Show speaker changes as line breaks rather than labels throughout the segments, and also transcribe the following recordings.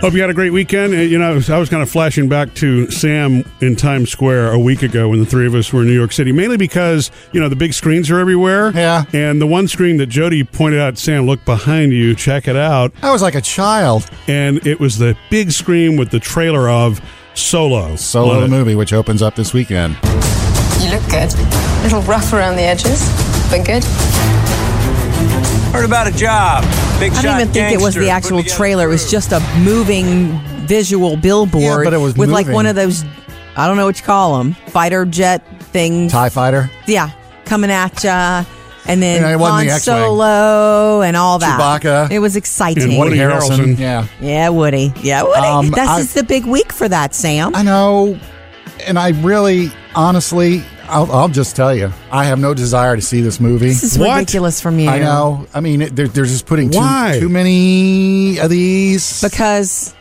Hope you had a great weekend. Uh, You know, I was, I was kind of flashing back to Sam in Times Square a week ago when the three of us were in New York City, mainly because, you know, the big screens are everywhere.
Yeah.
And the one screen that Jody pointed out, Sam, look behind you, check it out.
I was like a child.
And it was the big screen with the trailer of Solo.
Solo
on
the
it.
movie, which opens up this weekend.
You look good. A little rough around the edges, but good.
Heard about a job. Big
I don't even think it was the actual trailer. It was just a moving visual billboard
Yeah, but it was
with like
moving.
one of those, I don't know what you call them, fighter jet things.
Tie Fighter,
Yeah, coming at ya. And then
Yeah, it wasn't
Han
the X-Wing.
Solo and all that.
Chewbacca.
It was exciting.
And Woody Harrelson.
Yeah,
Yeah, Woody. Yeah, Woody.
Um,
this
I-
is the big week for that, Sam.
I know. And I really, honestly, I'll, I'll just tell you, I have no desire to see this movie.
this is
What?
ridiculous from you.
I know. I mean, it, they're, they're just putting too,
Why?
too many of these.
Because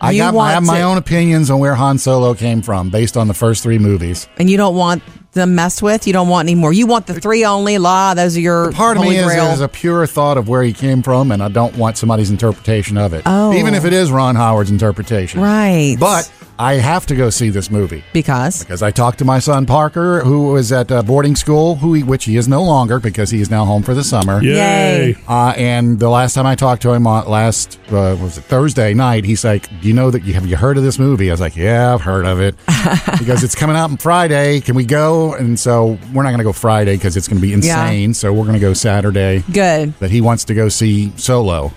I,
you
got,
want
I have my
to-
own opinions on where Han Solo came from based on the first three movies.
and you don't want them messed with. You don't want any more. You want the three only law. Those are your
Part of
holy
me is,
grail.
is a pure thought of where he came from, and I don't want somebody's interpretation of it.
Oh.
Even if it is Ron Howard's interpretation.
right.
But I have to go see this movie.
because
Because I talked to my son Parker, who was at uh, boarding school, who he, which he is no longer because he is now home for the summer.
Yay.
Yay.
Uh, and the last time I talked to him on last uh, was it Thursday night, he's like, "Do you know that you have you heard of this movie?" I was like, "Yeah, I've heard of it." he goes, "It's coming out on Friday. Can we go?" And so we're not going to go Friday because it's going to be insane. So we're going to go Saturday.
good.
That he wants to go see Solo.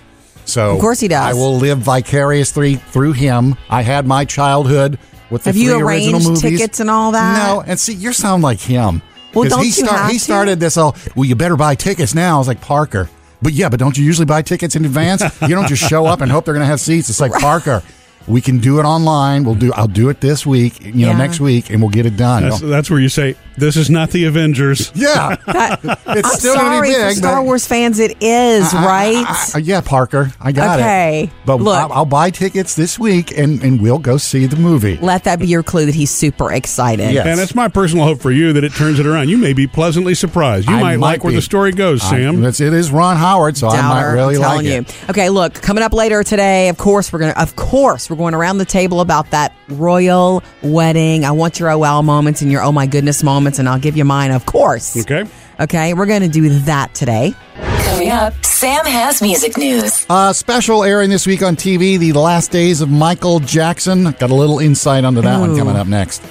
So
Of course he does.
I will live vicariously through him. I had my childhood with the
Have you
three original
arranged
movies.
tickets and all that?
No, and see, you sound like him.
Well,
'Cause
don't
he
you have
He
to?
started this all. Well, you better buy tickets now. I was like Parker, but yeah, but don't you usually buy tickets in advance? you don't just show up and hope they're going to have seats. It's like Parker. We can do it online. We'll do. I'll do it this week. You know,
Yeah.
next week, and we'll get it done.
That's, that's where you say, this is not the Avengers.
yeah,
That-
it's
I'm
still gonna
sorry
be big.
for Star
but-
Wars fans. It is
I- I-
right.
I- yeah, Parker, I got it.
Okay,
but
look.
I'll, I'll buy tickets this week, and and we'll go see the movie.
Let that be your clue that he's super excited.
Yeah.
And
Yes.
it's my personal hope for you that it turns it around. You may be pleasantly surprised. You
I
might,
might
like where
be.
the story goes,
I-
Sam.
it's- it is Ron Howard, so I might
Downer,
really
I'm
like
telling
it.
you. Okay, look, coming up later today, of course we're gonna of course we're going around the table about that royal wedding. I want your oh wow moments and your oh my goodness moments, and I'll give you mine, of course.
okay.
Hmm.
Okay, we're gonna do that today.
Coming up, Sam has music news.
Uh, special airing this week on TV, The Last Days of Michael Jackson. Got a little insight onto that one
Ooh.
coming up next.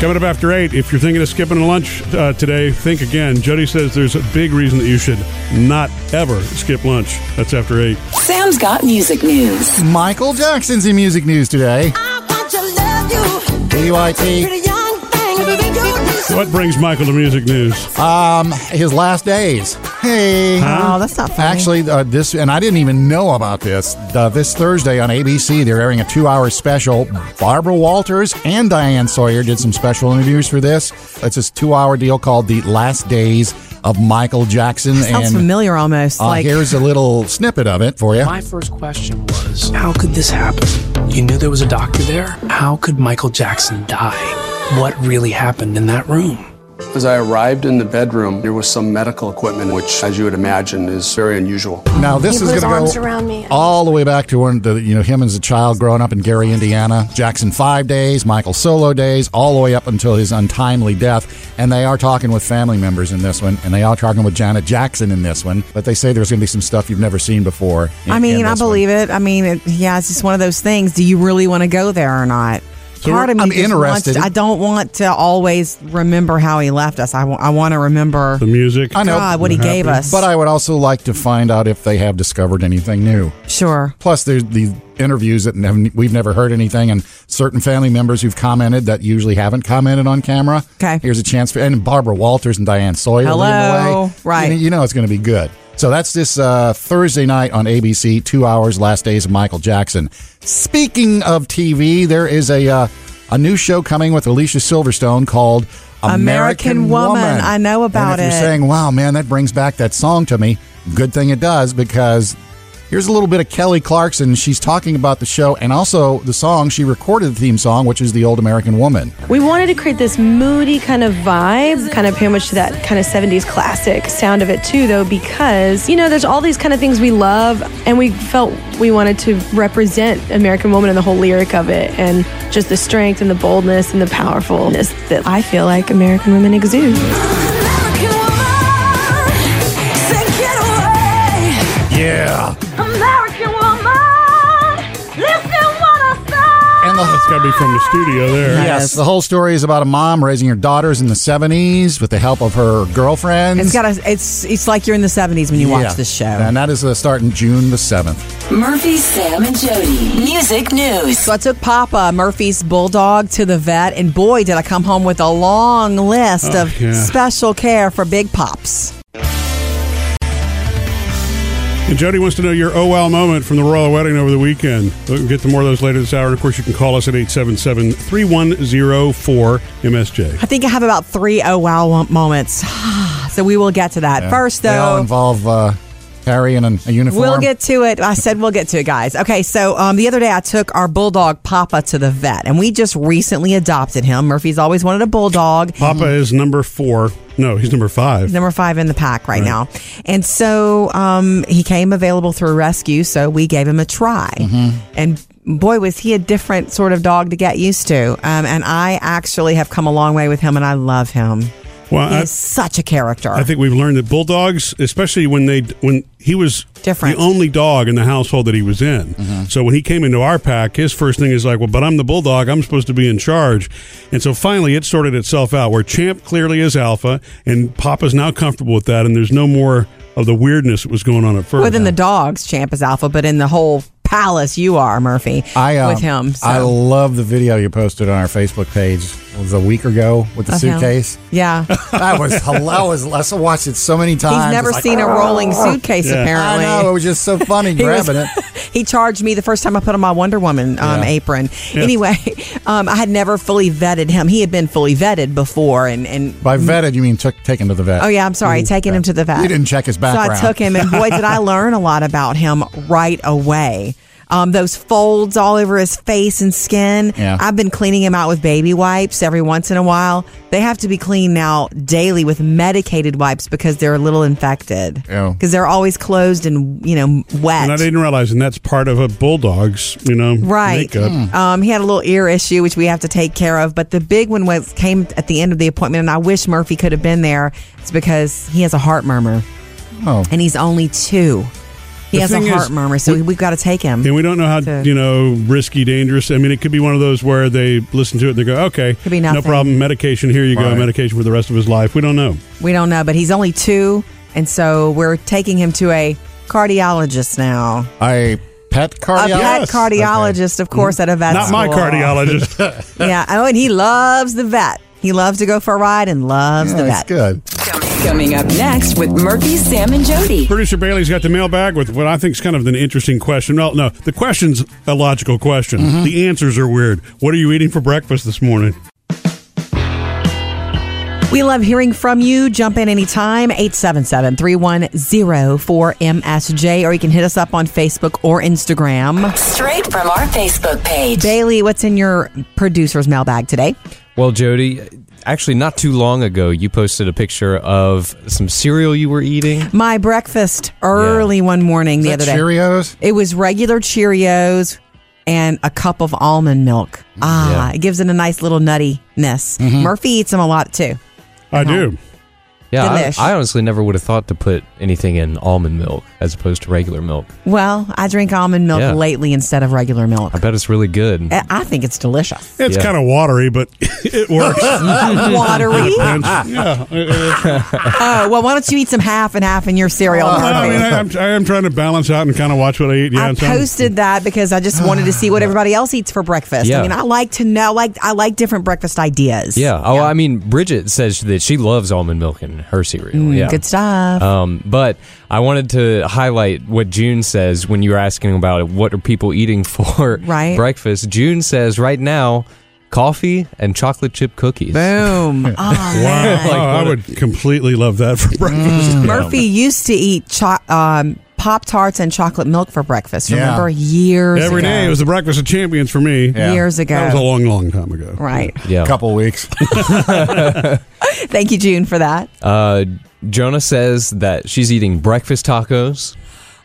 Coming up after eight, if you're thinking of skipping lunch uh, today, think again. Jody says there's a big reason that you should not ever skip lunch. That's after eight.
Sam's got music news.
Michael Jackson's in music news today. BYT.
What brings Michael to music news?
Um, his last days. Hey.
Oh, that's not funny.
Actually, uh, this, and I didn't even know about this. Uh, this Thursday on ABC, they're airing a two hour special. Barbara Walters and Diane Sawyer did some special interviews for this. It's this two hour deal called The Last Days of Michael Jackson.
sounds
and
familiar almost.
uh,
like
here's a little snippet of it for you.
My first question was how could this happen? You knew there was a doctor there. How could Michael Jackson die? What really happened in that room?
As I arrived in the bedroom, there was some medical equipment, which, as you would imagine, is very unusual.
Now this is going to go all the way back to when the you know him as a child growing up in Gary, Indiana. Jackson Five days, Michael Solo days, all the way up until his untimely death. And they are talking with family members in this one, and they are talking with Janet Jackson in this one. But they say there's going to be some stuff you've never seen before. in-
I
in
mean, I
this one.
believe it. I mean, it, yeah, it's just one of those things. Do you really want to go there or not? Part of me
I'm
just
interested.
wants- I don't want to always remember how he left us. I want to remember
The music.
I know.
God what he
Happy.
gave us.
But I would also like to find out if they have discovered anything new.
sure.
Plus, there's the interviews that nev- we've never heard anything, and certain family members who've commented that usually haven't commented on camera.
Okay.
Here's a chance for, and Barbara Walters and Diane Sawyer. leading
Hello.
the way.
Right.
You know, you know it's going to be good. So that's this uh, Thursday night on ABC, two hours, last days of Michael Jackson. Speaking of TV, there is a, uh, a new show coming with Alicia Silverstone called American,
American Woman. I know
And
about
if
it.
You're saying, wow, man, that brings back that song to me. Good thing it does because Here's a little bit of Kelly Clarkson. She's talking about the show and also the song she recorded the theme song, which is The Old American Woman.
We wanted to create this moody kind of vibe, kind of pay homage to that kind of 70s classic sound of it too, though, because, you know, there's all these kind of things we love, and we felt we wanted to represent American Woman and the whole lyric of it, and just the strength and the boldness and the powerfulness that I feel like American women exude.
American woman, take it away.
Yeah.
American woman, listen what I say.
And the
That's got to be from the studio there.
Yes, the whole story is about a mom raising her daughters in the 70s with the help of her girlfriends.
It's got a, it's it's like you're in the 70s when you watch this show.
And that is uh, starting June the 7th.
Murphy, Sam, and Jody. Music news.
So I took Papa Murphy's bulldog to the vet, and boy, did I come home with a long list
Oh,
of
yeah.
special care for big pops.
And Jody wants to know your oh wow moment from the royal wedding over the weekend. We'll get to more of those later this hour. And of course, you can call us at 877 3104 MSJ.
I think I have about three oh wow wo- moments. so we will get to that. First,
They all
though,
involve uh, Harry in a, a uniform.
We'll get to it. I said we'll get to it, guys. Okay, so um, the other day I took our bulldog Papa to the vet, and we just recently adopted him. Murphy's always wanted a bulldog.
Papa is number four. No, he's number five.
Number five in the pack right, now. And so um, he came available through rescue, so we gave him a try. And boy, was he a different sort of dog to get used to. Um, and I actually have come a long way with him, and I love him.
Well, I,
He's such a character.
I think we've learned that bulldogs, especially when they when he was
Different. Mm-hmm.
the only dog in the household that he was in. So when he came into our pack, his first thing is like, "Well, but I'm the bulldog. I'm supposed to be in charge." And so finally, it sorted itself out where Champ clearly is alpha, and Papa's now comfortable with that, and there's no more of the weirdness that was going on at first.
Within the dogs, Champ is alpha, but in the whole palace, you are Murphy
I, uh,
with him. so.
I love the video you posted on our Facebook page. It was a week ago with the
Of him.
suitcase.
Yeah.
That was hilarious. I watched it so many times.
He's never
It's like,
seen a rolling suitcase,
Yeah.
apparently.
I know. It was just so funny grabbing
was-
it.
he charged me the first time I put on my Wonder Woman um,
Yeah.
apron. Anyway, um, I had never fully vetted him. He had been fully vetted before, and and
By vetted, you mean took taken to the vet.
oh yeah, I'm sorry, taking him to the vet.
Mm-hmm. You didn't check his background.
so I took him, and boy, did I learn a lot about him right away. Um, those folds all over his face and skin.
Yeah.
I've been cleaning him out with baby wipes every once in a while. They have to be cleaned now daily with medicated wipes because they're a little infected.
Yeah.
Because they're always closed and you know wet.
and I didn't realize, and that's part of a bulldog's, you know,
Right.
makeup.
Um, he had a little ear issue, which we have to take care of. But the big one was came at the end of the appointment, and I wish Murphy could have been there. It's because he has a heart murmur,
Oh.
and he's only two. He
The
has a
thing
heart
is,
murmur, so we, have got to take him.
And we don't know how
to-
you know risky, dangerous. I mean, it could be one of those where they listen to it, and they go, "Okay,
Could be
no
nothing.
problem, medication. Here you go,
Right.
medication for the rest of his life." We don't know.
we don't know, but he's only two, and so we're taking him to a cardiologist now.
A pet
A
cardiologist.
pet cardiologist, of course, at a vet.
Not my
school.
cardiologist.
yeah. Oh, and he loves the vet. He loves to go for a ride and loves
Okay.
the
Yeah,
vet.
that's good.
Coming up next with Murphy, Sam, and Jody.
Producer Bailey's got the mailbag with what I think is kind of an interesting question. Well, no, the question's a logical question. The answers are weird. What are you eating for breakfast this morning?
We love hearing from you. Jump in anytime, 877-310-4MSJ, or you can hit us up on Facebook or Instagram.
Straight from our Facebook page.
Bailey, what's in your producer's mailbag today?
Well, Jody, actually, not too long ago, you posted a picture of some cereal you were eating.
My breakfast early one morning the
Is that
other day.
Cheerios.
It was regular Cheerios and a cup of almond milk. Ah,
Yeah.
it gives it a nice little nuttiness. Murphy eats them a lot too.
I do.
Yeah, I,
Delish.
I honestly never would have thought to put anything in almond milk as opposed to regular milk.
Well, I drink almond milk
Yeah.
lately instead of regular milk. Eh,
I bet it's really good.
I I think it's delicious.
It's
Yeah.
kind of watery, but it works.
Watery.
And- yeah. it- it-
Oh, well, why don't you eat some half and half in your cereal?
Well, I
Murphy?
mean, I, I'm, I am trying to balance out and kind of watch what I eat. Yeah,
I
and so Oh, I'm-
posted that because I just wanted to see what everybody else eats for breakfast. I
Yeah.
mean, I like to know, like, I like different breakfast ideas.
yeah. Oh, I mean, Bridget says that she loves almond milk in her cereal. yeah.
Mm, Good stuff.
Um, but I wanted to highlight what June says when you were asking about what are people eating for
Right.
breakfast. June says right now, coffee and chocolate chip cookies.
Boom. Oh,
Wow,
man.
Mm. I would completely love that for breakfast.
Murphy used to eat cho- um, Pop Tarts and chocolate milk for breakfast. Remember years
Every
ago.
day it was the breakfast of champions for me.
Yeah. Years ago.
That was a long, long time ago.
Right.
Yeah.
Couple weeks.
Thank you, June, for that.
Uh, Jonah says that she's eating breakfast tacos.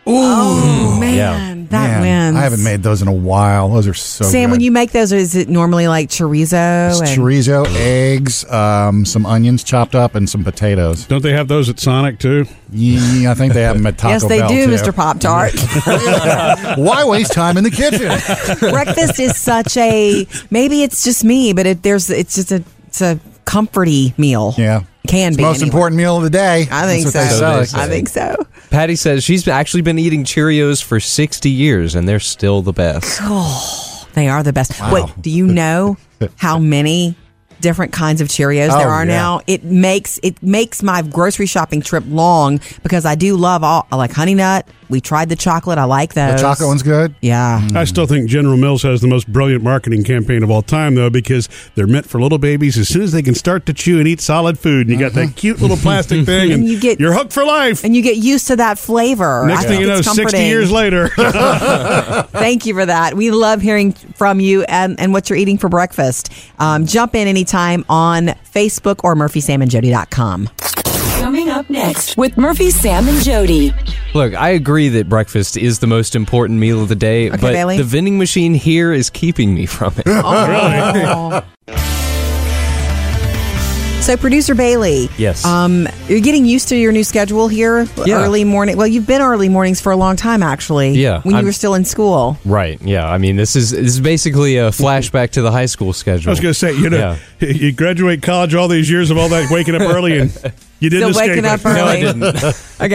Oh man,
Yeah.
that
Man,
wins.
I haven't made those in a while. Those are so
Sam,
good.
when you make those, is it normally like chorizo?
It's
and-
chorizo, eggs, um, some onions chopped up, and some potatoes.
Don't they have those at Sonic too?
Yeah, I think they have them at Taco
yes, they
Bell,
do,
too.
Mr. Pop Tart.
Why waste time in the kitchen?
breakfast is such a maybe it's just me, but it, there's it's just a it's a comforty meal.
Yeah,
can
It's
be
most
anyway.
important meal of the day.
I think
That's what they
so.
say.
So they
I think so.
Patty says she's actually been eating Cheerios for 60 years and they're still the best.
Oh, they are the best.
Wow.
Wait, do you know how many different kinds of Cheerios
Oh,
there are
yeah.
now? It makes it makes my grocery shopping trip long because I do love all. I like Honey Nut. We tried the chocolate. I like those.
The chocolate one's
good.
Yeah.
I still think General Mills has the most brilliant marketing campaign of all time, though, because they're meant for little babies as soon as they can start to chew and eat solid food. And you got that cute little plastic thing, and,
And you get
you're hooked for life.
And you get used to that flavor.
Next
I
thing
think
you know,
it's
60
comforting.
years later.
Thank you for that. We love hearing from you and, and what you're eating for breakfast. Um, jump in anytime on Facebook or murphysamandjody.com.
Coming up next with Murphy, Sam, and Jody.
Look, I agree that breakfast is the most important meal of the day, but
Bailey.
the vending machine here is keeping me from it.
Oh,
Oh. So, producer Bailey,
Yes.
um, you're getting used to your new schedule here.
Yeah.
Early morning. Well, you've been early mornings for a long time, actually.
Yeah,
when you
I'm-
were still in school.
Right. Yeah. I mean, this is this is basically a flashback to the high school
I
schedule.
was going to say, you know, you graduate college all these years of all that waking up early, and you didn't
Still
escape
waking
it.
up early.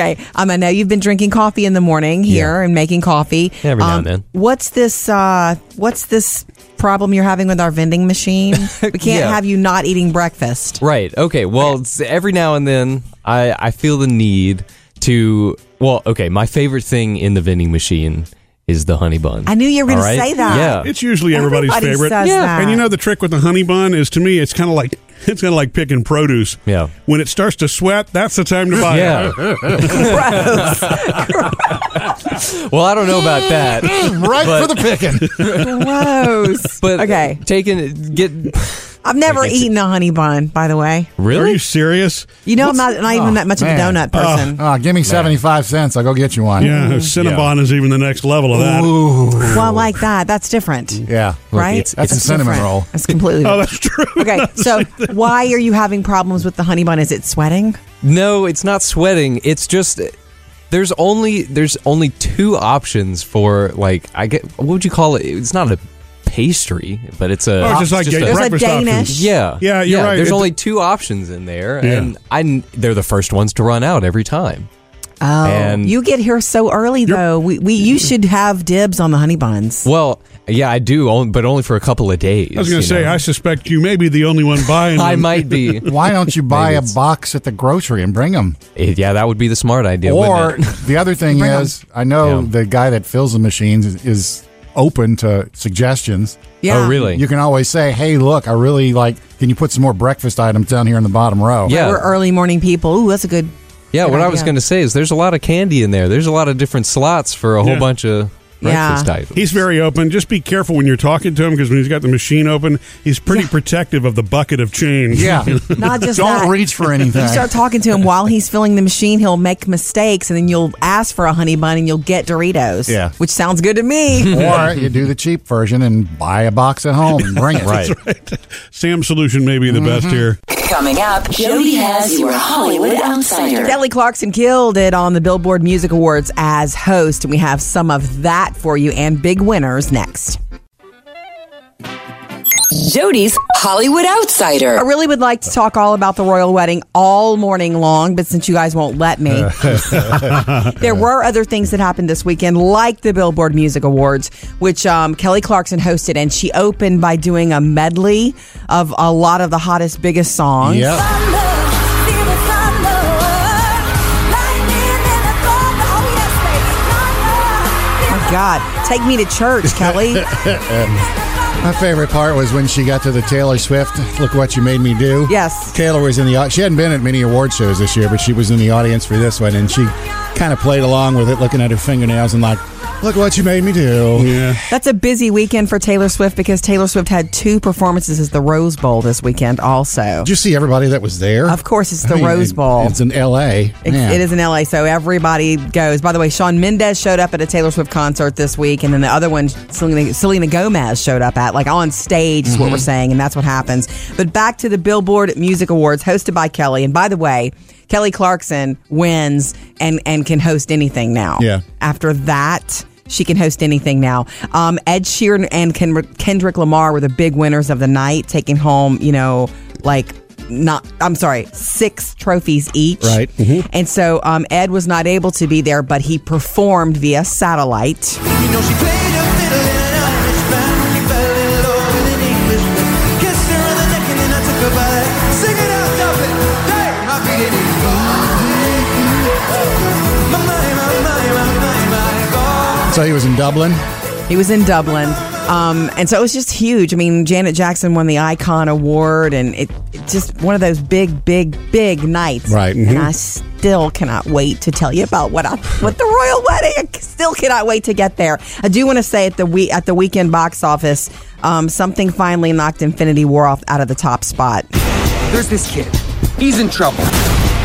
okay, um, I know you've been drinking coffee in the morning here and making coffee
Every now
Um,
and then.
What's this? Uh, what's this problem you're having with our vending machine? We can't
Yeah.
have you not eating breakfast.
Right. Okay. Well, it's- every now and then, I I feel the need to. Well, okay. My favorite thing in the vending machine is the honey bun.
I knew you were going
All right?
to say that.
Yeah.
It's usually everybody's
Everybody
favorite.
says Yeah. that.
And you know the trick with the honey bun is to me it's kind of like it's kind of like picking produce. Yeah. When it starts to sweat, that's the time to buy
Yeah.
it.
Well, I don't know about that.
right for the
picking.
Gross.
But uh,
okay,
taking get.
I've never
Like it's-
eaten a honey bun, by the way.
Really?
Are you serious?
You know, I'm not, not even that much of a donut person.
Oh, give me 75 cents. I'll go get you one.
Yeah, Cinnabon is even the next level of that.
well, I like that. That's different,
Oh. Yeah.
right?
That's a cinnamon
different.
roll.
That's completely.
Oh, that's true.
Okay, so why are you having problems with the honey bun? Is it sweating?
No, it's not sweating. It's just there's only there's only two options for like I get what would you call it? It's not a pastry, but it's a
Oh, it's just like your There's a breakfast Danish. options.
Yeah,
Yeah, you're right.
There's
It-
only two options in there,
Yeah.
and I kn- they're the first ones to run out every time.
Oh,
And-
you get here so early though. We, we you should have dibs on the honey buns.
Well, yeah, I do, on- but only for a couple of days.
I was going
you
to say,
know?
I suspect you may be the only one buying.
I
them.
might be.
Why don't you buy a box at the grocery and bring them?
Eh, yeah, that would be the smart idea.
Or
wouldn't it? Oh,
the other thing
Bring 'em.
is, I know the guy that fills the machines is, is open to suggestions.
Yeah. Oh, really?
You can always say, "Hey, look, I really like. Can you put some more breakfast items down here in the bottom row?"
Yeah.
We're early morning people. Ooh, that's a good.
yeah,
good
what I was
idea.
going to say is there's a lot of candy in there. There's a lot of different slots for a whole
Yeah.
bunch of
Yeah.
breakfast items.
He's very open. Just be careful when you're talking to him because when he's got the machine open, he's pretty protective of the bucket of change.
Yeah.
Not just
Don't
that.
reach for anything.
You start talking to him while he's filling the machine, he'll make mistakes, and then you'll ask for a honey bun and you'll get Doritos.
Yeah.
Which sounds good to me.
or
Mm-hmm.
you do the cheap version and buy a box at home and bring it.
That's right. Sam's solution may be the best here.
Coming up, Jody has your Hollywood Outsider.
Kelly Clarkson killed it on the Billboard Music Awards as host, and we have some of that for you and big winners next.
Jody's Hollywood Outsider.
I really would like to talk all about the royal wedding all morning long, but since you guys won't let me, there were other things that happened this weekend, like the Billboard Music Awards, which um, Kelly Clarkson hosted, and she opened by doing a medley of a lot of the hottest, biggest songs. Oh My God, take me to church, Kelly.
My favorite part was when she got to the Taylor Swift. Look what you made me do.
Yes.
Taylor was in the. au- She hadn't been at many award shows this year, but she was in the audience for this one, and she kind of played along with it, looking at her fingernails and like, look what you made me do.
Yeah.
That's a busy weekend for Taylor Swift because Taylor Swift had two performances at the Rose Bowl this weekend, also.
Did you see everybody that was there?
Of course, it's the Rose Bowl.
It's in L.A.
It's,
Man.
it is in LA, so everybody goes. By the way, Sean Mendez showed up at a Taylor Swift concert this week, and then the other one, Selena, Selena Gomez, showed up at, like on stage, is what
Mhm.
Mm-hmm.
we're saying, and that's what happens. But back to the Billboard Music Awards hosted by Kelly. And by the way, Kelly Clarkson wins and, and can host anything now.
Yeah.
After that, she can host anything now. Um, Ed Sheeran and Ken- Kendrick Lamar were the big winners of the night, taking home, you know, like not. I'm sorry, six trophies each.
Right. Mhm.
And so um, Ed was not able to be there, but he performed via satellite.
So he was in Dublin.
He was in Dublin. Um, and so it was just huge. I mean, Janet Jackson won the Icon Award, and it, it just one of those big, big, big nights.
Right.
And
Mhm.
I still cannot wait to tell you about what I what the royal wedding. I still cannot wait to get there. I do want to say at the we at the weekend box office, um, something finally knocked Infinity War off out of the top spot.
There's this kid. He's in trouble.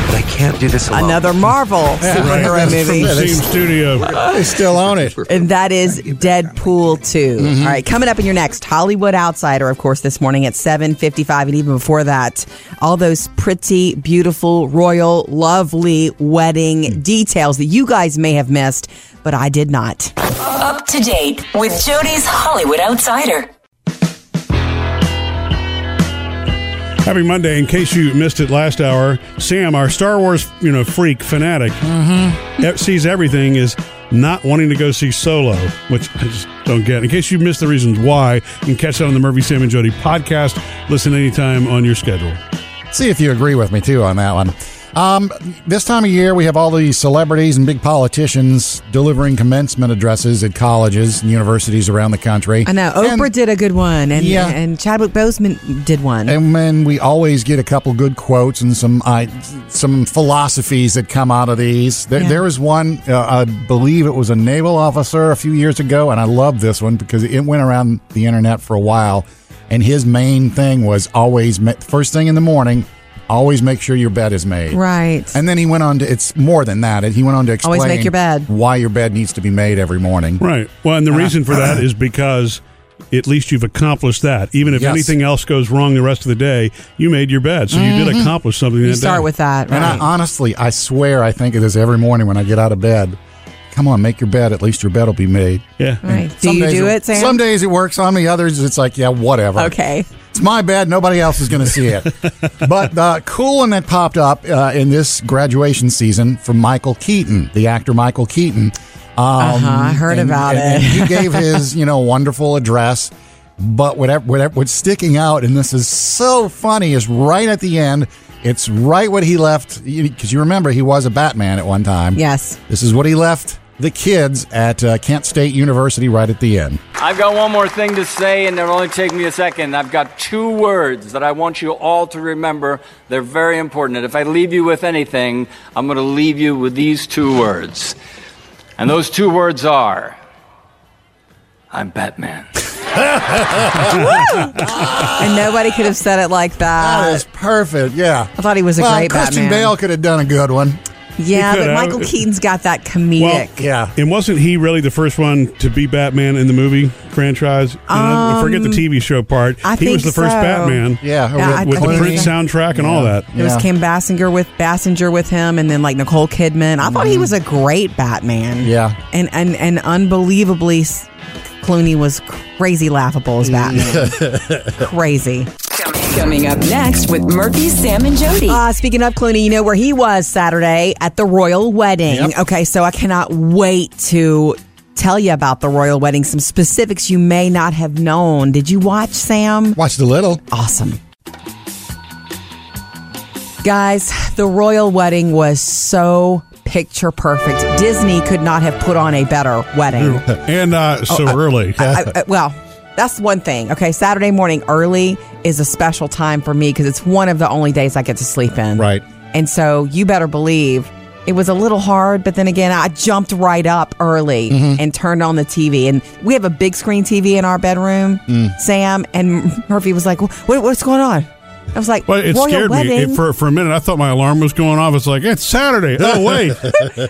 But I can't do this alone.
Another Marvel superhero
Right.
movie.
From the same studio.
They still own it.
And that is Deadpool 2. All right, coming up in your next Hollywood Outsider, of course, this morning at 7.55 and even before that, all those pretty, beautiful, royal, lovely wedding details that you guys may have missed, but I did not.
Up to date with Jody's Hollywood Outsider.
Happy Monday. In case you missed it last hour, Sam, our Star Wars you know freak fanatic, e- sees everything is not wanting to go see Solo, which I just don't get. In case you missed the reasons why, you can catch that on the Murphy Sam and Jody podcast. Listen anytime on your schedule.
See if you agree with me too on that one. Um, this time of year, we have all these celebrities and big politicians delivering commencement addresses at colleges and universities around the country.
I know. Oprah did a good one, and,
Yeah.
and Chadwick Boseman did one.
And then we always get a couple good quotes and some I, some philosophies that come out of these. There,
Yeah.
there is one, uh, I believe it was a naval officer a few years ago, and I love this one because it went around the internet for a while. And his main thing was always ma- first thing in the morning, always make sure your bed is made.
Right.
And then he went on to it's more than that. He went on to explain
Always make your bed.
why your bed needs to be made every morning.
Right. Well, and the reason for that is because at least you've accomplished that. Even if
Yes.
anything else goes wrong the rest of the day, you made your bed, so you did
Mhm.
accomplish something. that day.
And I, honestly, I swear I think of this every morning when I get out of bed. Come on, make your bed. At least your bed will be made.
Yeah.
Right. Do you do it, Sam?
Some days it works. On the others, it's like, yeah, whatever.
Okay.
It's my bed. Nobody else is going to see it. but the cool one that popped up uh, in this graduation season from Michael Keaton, the actor Michael Keaton. Um,
Uh-huh, I heard
and-
about
and- and
it.
he gave his, you know, wonderful address. But whatever, whatever, what's sticking out, and this is so funny, is right at the end. It's right what he left because you remember he was a Batman at one time.
Yes.
This is what he left the kids at uh, Kent State University right at the end.
I've got one more thing to say, and it'll only take me a second. I've got two words that I want you all to remember. They're very important. And if I leave you with anything, I'm going to leave you with these two words. And those two words are I'm Batman.
and nobody could have said it like that.
That is perfect. Yeah.
I thought he Uh, was a
well,
great
Christian
Batman.
Bale could have done a good one.
Yeah,
He could
but
have.
Michael Keaton's got that comedic.
yeah.
And wasn't he really the first one to be Batman in the movie franchise? And I-
Um,
forget the TV show part.
I
he was
think
the first
so.
Batman.
Yeah,
Yeah,
with,
I- I
the
think
Prince
so.
soundtrack and all that.
It was Cam Bassinger with Bassinger with him, and then like Nicole Kidman. I thought he was a great Batman.
Yeah.
and and and unbelievably, s- Clooney was crazy laughable as Batman. crazy.
Coming up next with Murphy, Sam, and Jody.
Uh, speaking of Clooney, you know where he was Saturday at the royal wedding.
Yep.
Okay, so I cannot wait to tell you about the royal wedding. Some specifics you may not have known. Did you watch Sam?
Watched a little.
Awesome. Guys, the royal wedding was so picture perfect. Disney could not have put on a better wedding.
and uh, so
Oh, uh,
early.
I, I- well, that's one thing. Okay, Saturday morning early is a special time for me because it's one of the only days I get to sleep in. Right. And so you better believe It was a little hard, but then again, I jumped right up early
Mm-hmm.
and turned on the TV. And we have a big screen TV in our bedroom,
Mm.
Sam. And Murphy was like, what, What's going on? I was like,
Well, it
Royal
scared
wedding.
me It- for for a minute. I thought my alarm was going off. It's like it's Saturday. Oh wait,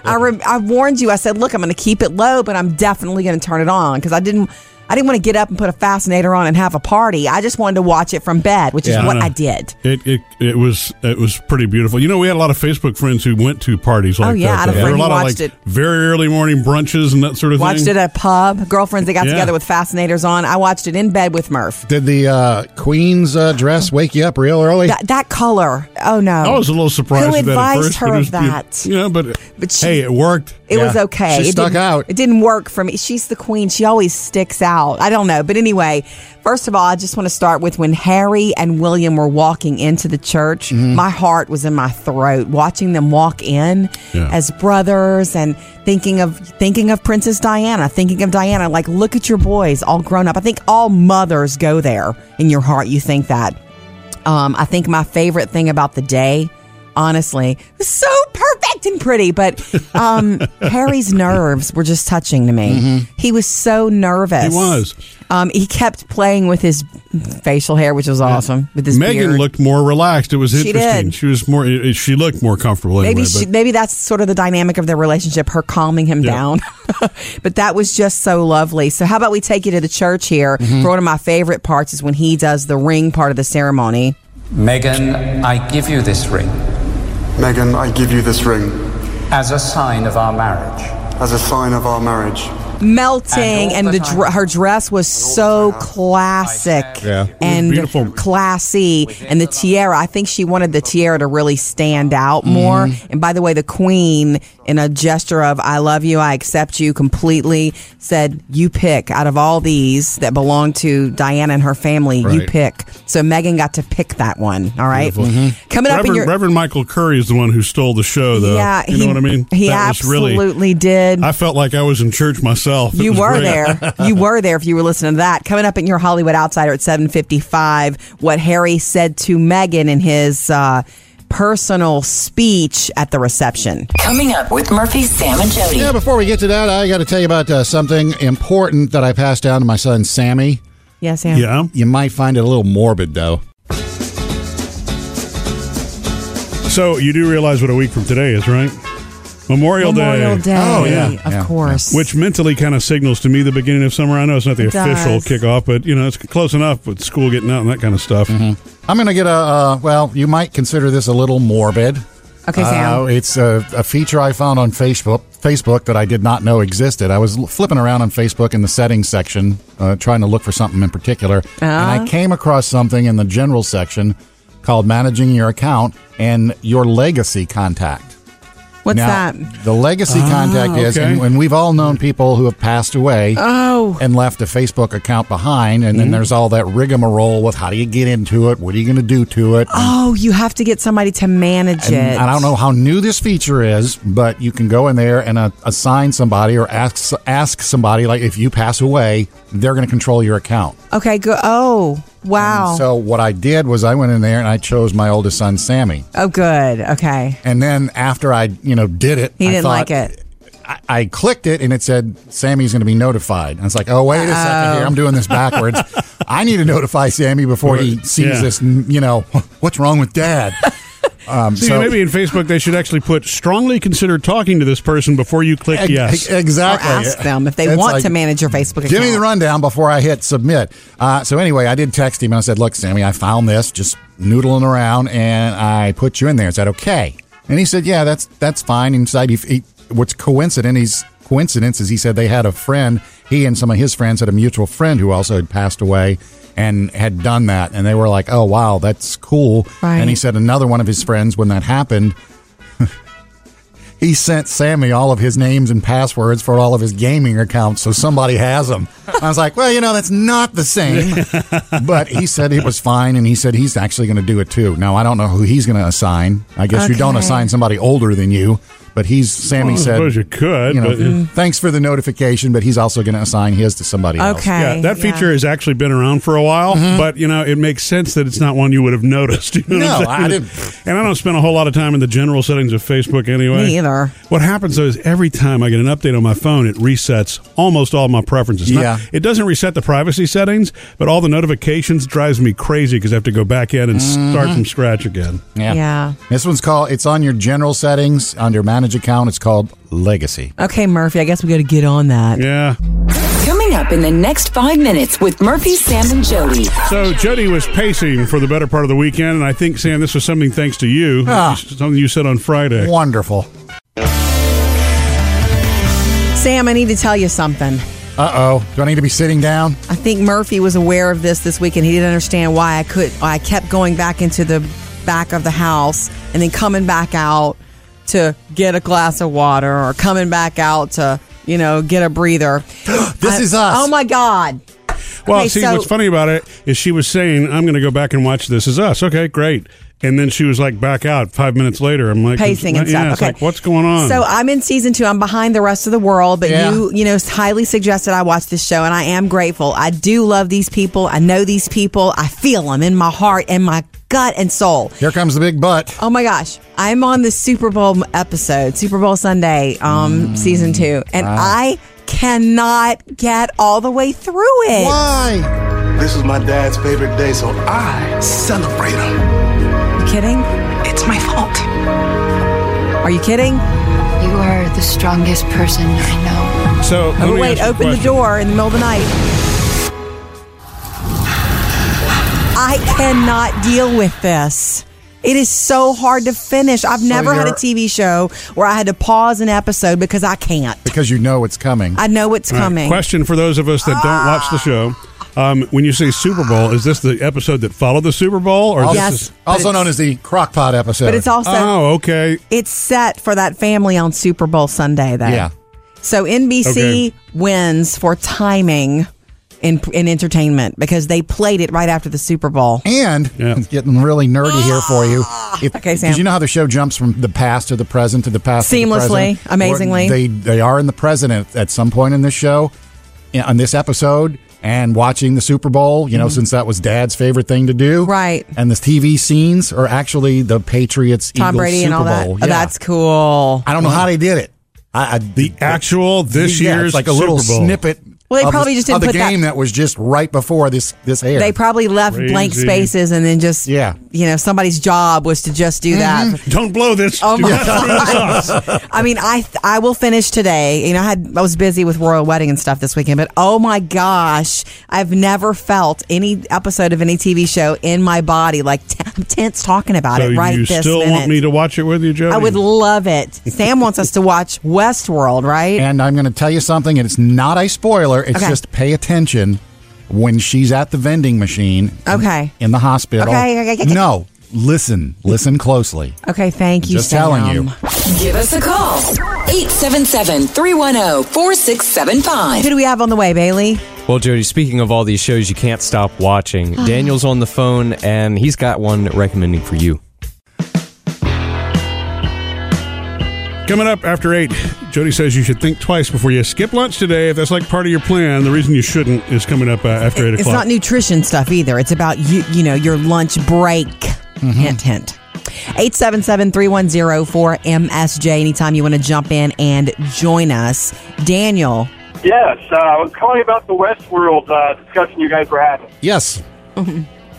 I, re- I warned you. I said, look, I'm going to keep it low, but I'm definitely going to turn it on because I didn't. I didn't want to get up and put a fascinator on and have a party. I just wanted to watch it from bed, which
Yeah.
is what
know.
I did.
It, it it was it was pretty beautiful. You know, we had a lot of Facebook friends who went to parties like
Oh, yeah, I
that.
had a
though. there
friend
were a
who
lot of
watched
like
it.
very early morning brunches and that sort of
Watched
thing.
it uh, at a pub. Girlfriends that got
Yeah.
together with fascinators on. I watched it in bed with Murph.
Did the uh, Queen's uh, dress wake you up real early?
That, that color. Oh no!
I was a little surprised
Who
at that at
advised
first,
her
but it
of
was be-
that?
Yeah, but,
she-
hey, it worked.
It was okay.
She
it
stuck
didn't-
out.
It didn't work for me. She's the queen. She always sticks out. I don't know. But anyway, first of all, I just want to start with when Harry and William were walking into the church,
Mm-hmm.
my heart was in my throat watching them walk in
Yeah.
as brothers and thinking of thinking of Princess Diana, thinking of Diana like look at your boys all grown up. I think all mothers go there in your heart. You think that. Um, I think my favorite thing about the day, honestly, was so perfect and pretty, but um, Harry's nerves were just touching to me. He was so nervous.
Mm-hmm. He was.
Um, he kept playing with his facial hair, which was awesome. With his
Megan
beard.
looked more relaxed. It was
She
interesting.
did.
She was more. it- She looked more comfortable.
Maybe
anyway,
she,
but-
maybe that's sort of the dynamic of their relationship, her calming him down. but that was just so lovely. So how about we take you to the church here
Mhm.
Mm-hmm.
for one of my favorite parts is when he does the ring part of the ceremony.
Megan, I give you this ring.
Megan, I give you this ring.
As a sign of our marriage.
As a sign of our marriage.
melting
And
and,
all
the,
the
dr- her dress was so classic
Yeah.
and
Beautiful.
classy and the tiara i think she wanted the tiara to really stand
Mm-hmm.
out more
Mhm.
and by the way the queen in a gesture of i love you i accept you completely said you pick out of all these that belong to diana and her family you
Right.
pick so megan got to pick that one all right?
Beautiful.
coming up
Reverend,
in your
Reverend Michael Curry is the one who stole the show, though.
yeah
you
he,
know what I mean.
he
That was
absolutely
really,
did
I felt like I was in church myself. It
You
was
were
great.
there. You were there if you were listening to that. Coming up in your Hollywood Outsider at 755, what Harry said to Meghan in his uh, personal speech at the reception.
Coming up with Murphy, Sam, and Jody.
Yeah, before we get to that, I got to tell you about uh, something important that I passed down to my son Sammy.
Yeah, Sam.
You might find it a little morbid, though.
So you do realize what a week from today is, right? Memorial,
Memorial Day,
Oh yeah,
of Yeah. course.
Which mentally kind of signals to me the beginning of summer. I know it's not the
It
official
does.
kickoff, but you know it's close enough with school getting out and that kind of stuff.
I'm going to get a, uh, well, you might consider this a little morbid.
Okay, Sam.
Uh, it's a, a feature I found on Facebook, Facebook that I did not know existed. I was l- flipping around on Facebook in the settings section, uh, trying to look for something in particular, and
Ah.
I came across something in the general section called "Managing Your Account and Your Legacy Contact."
What's
Now,
that?
The legacy
Ah,
contact is,
okay.
and, and we've all known people who have passed away
Oh.
and left a Facebook account behind, and
Mm-hmm.
then there's all that rigmarole with how do you get into it, what are you going to do to it,
Oh, you have to get somebody to manage
and
it.
I don't know how new this feature is, but you can go in there and uh, assign somebody or ask ask somebody like if you pass away, they're going to control your account.
Okay, go. Oh, wow.
Um, So what I did was I went in there and I chose my oldest son Sammy,
oh, good. Okay.
and then after I you know did it,
He
I
didn't
thought-
like it.
I, I clicked it and it said Sammy's going to be notified. And it's like, oh wait a second here, I'm doing this backwards. I need to notify Sammy before he sees
Yeah.
this. You know what's wrong with Dad? Um,
See,
so-
maybe in Facebook they should actually put strongly consider talking to this person before you click
Ex-
yes.
ex- Exactly.
Or ask them if they want to manage your Facebook
Give me
account.
the rundown before I hit submit. Uh, so anyway, I did text him and I said, "Look, Sammy, I found this just noodling around, and I put you in there. Is that okay?" And he said, "Yeah, that's that's fine." And he, said, he what's coincident? He's coincidence is he said they had a friend. He and some of his friends had a mutual friend who also had passed away and had done that, and they were like, "Oh wow, that's cool."
Right.
And he said another one of his friends when that happened he sent Sammy all of his names and passwords for all of his gaming accounts, so somebody has them. I was like, well, you know, that's not the same. but he said it was fine, and he said he's actually going to do it too. Now, I don't know who he's going to assign. I guess you don't
Okay.
assign somebody older than you. But he's Sammy
Well, I
said. Mm-hmm.
suppose you could, but- Mm.
thanks for the notification. But he's also going to assign his to somebody else.
Yeah, that feature has actually been around for a while,
Mm-hmm.
but you know, it makes sense that it's not one you would have noticed. You know
No,
what
I
I'm saying?
didn't.
And I don't spend a whole lot of time in the general settings of Facebook anyway.
Me either.
What happens though is every time I get an update on my phone, it resets almost all my preferences. Not-
Yeah.
it doesn't reset the privacy settings, but all the notifications drives me crazy because I have to go back in and start
Mhm.
from scratch again.
Yeah.
Yeah.
This one's called. It's on your general settings under manage account. It's called legacy.
Okay, Murphy, I guess we got to get on that.
Yeah.
Coming up in the next five minutes with Murphy, Sam, and Jody.
So Jody was pacing for the better part of the weekend, and I think Sam, this was something thanks to you,
Ah.
something you said on Friday.
Wonderful.
Sam, I need to tell you something.
Uh oh. Do I need to be sitting down?
I think Murphy was aware of this this week, and he didn't understand why I could. I kept going back into the back of the house and then coming back out to get a glass of water, or coming back out to you know get a breather.
This
I-
is us.
Oh my God!
Well,
Okay,
see,
so-
what's funny about it is she was saying, I'm going to go back and watch This Is Us. Okay, great. And then she was like back out five minutes later. I'm like,
Pacing and
yeah,
stuff.
it's
Okay.
like, what's going on?
So uh, I'm in season two. I'm behind the rest of the world, but
Yeah.
you, you know, highly suggested I watch this show, and I am grateful. I do love these people. I know these people. I feel them in my heart and my gut and soul.
Here comes the big butt.
Oh my gosh. I'm on the Super Bowl episode, Super Bowl Sunday, um, season two, and
wow.
I cannot get all the way through it.
Why?
This is my dad's favorite day, so I celebrate him.
You kidding? It's my fault. Are you kidding?
You are the strongest person I know.
So,
Oh, wait, open the door in the middle of the night. I cannot deal with this. It is so hard to finish. I've never had a
you're-
TV show where I had to pause an episode because I can't.
Because you know it's coming.
I know it's
All right,
coming. Ah.
Question for those of us that don't watch the show. Um, when you say Super Bowl, is this the episode that followed the Super Bowl? or
Also,
this
Yes,
is-
but
also
it's-
known as the crockpot episode.
But it's also
Oh, okay.
it's set for that family on Super Bowl Sunday though.
Yeah.
So NBC
Okay.
wins for timing in in entertainment because they played it right after the Super Bowl.
And it's getting really nerdy here for you. If,
Ah. Okay, Sam.
Because you know how the show jumps from the past to the present to the past to the
Seamlessly,
present? Or
amazingly.
They they are in the present at, at some point in this show, in- on this episode, and watching the Super Bowl. You know,
Mhm.
since that was Dad's favorite thing to do,
right?
And the TV scenes are actually the Patriots,
Tom
Eagles
Brady
Super
and all that.
Bowl.
Oh, that's cool.
I don't know how they did it. I, I, the
actual this
yeah,
year's
it's like a little
Super Bowl.
snippet.
Well, they
of the-
probably just didn't
of the
put that-
game that was just right before this this air.
They probably left blank
Crazy.
spaces and then just yeah. You know, somebody's job was to just do that.
Don't blow this.
Oh my
Don't blow this up.
I mean, I I will finish today. You know, I had I was busy with royal wedding and stuff this weekend, but oh my gosh, I've never felt any episode of any TV show in my body like t- I'm tense talking about
So
it right
you
this
still
minute.
want me to watch it with you, Jody?
I would love it. Sam wants us to watch Westworld, right?
And I'm going to tell you something, and it's not a spoiler. It's
Okay.
just pay attention when she's at the vending machine.
Okay.
In the hospital.
Okay, okay, okay, okay.
No, listen, listen closely.
Okay, thank you.
Just
Sam.
telling you.
Give us a call. 877 310 4675.
Who do we have on the way, Bailey?
Well, Jody, speaking of all these shows you can't stop watching, Daniel's on the phone and he's got one recommending for you.
Coming up after eight, Jody says you should think twice before you skip lunch today. If that's like part of your plan, the reason you shouldn't is coming up uh, after eight
It's
o'clock.
not nutrition stuff either. It's about you, you know, your lunch break. Hint, hint. 877-310-4MSJ. Anytime you want to jump in and join us. Daniel.
Yes, uh, I was calling about the Westworld uh, discussion you guys were having.
Yes.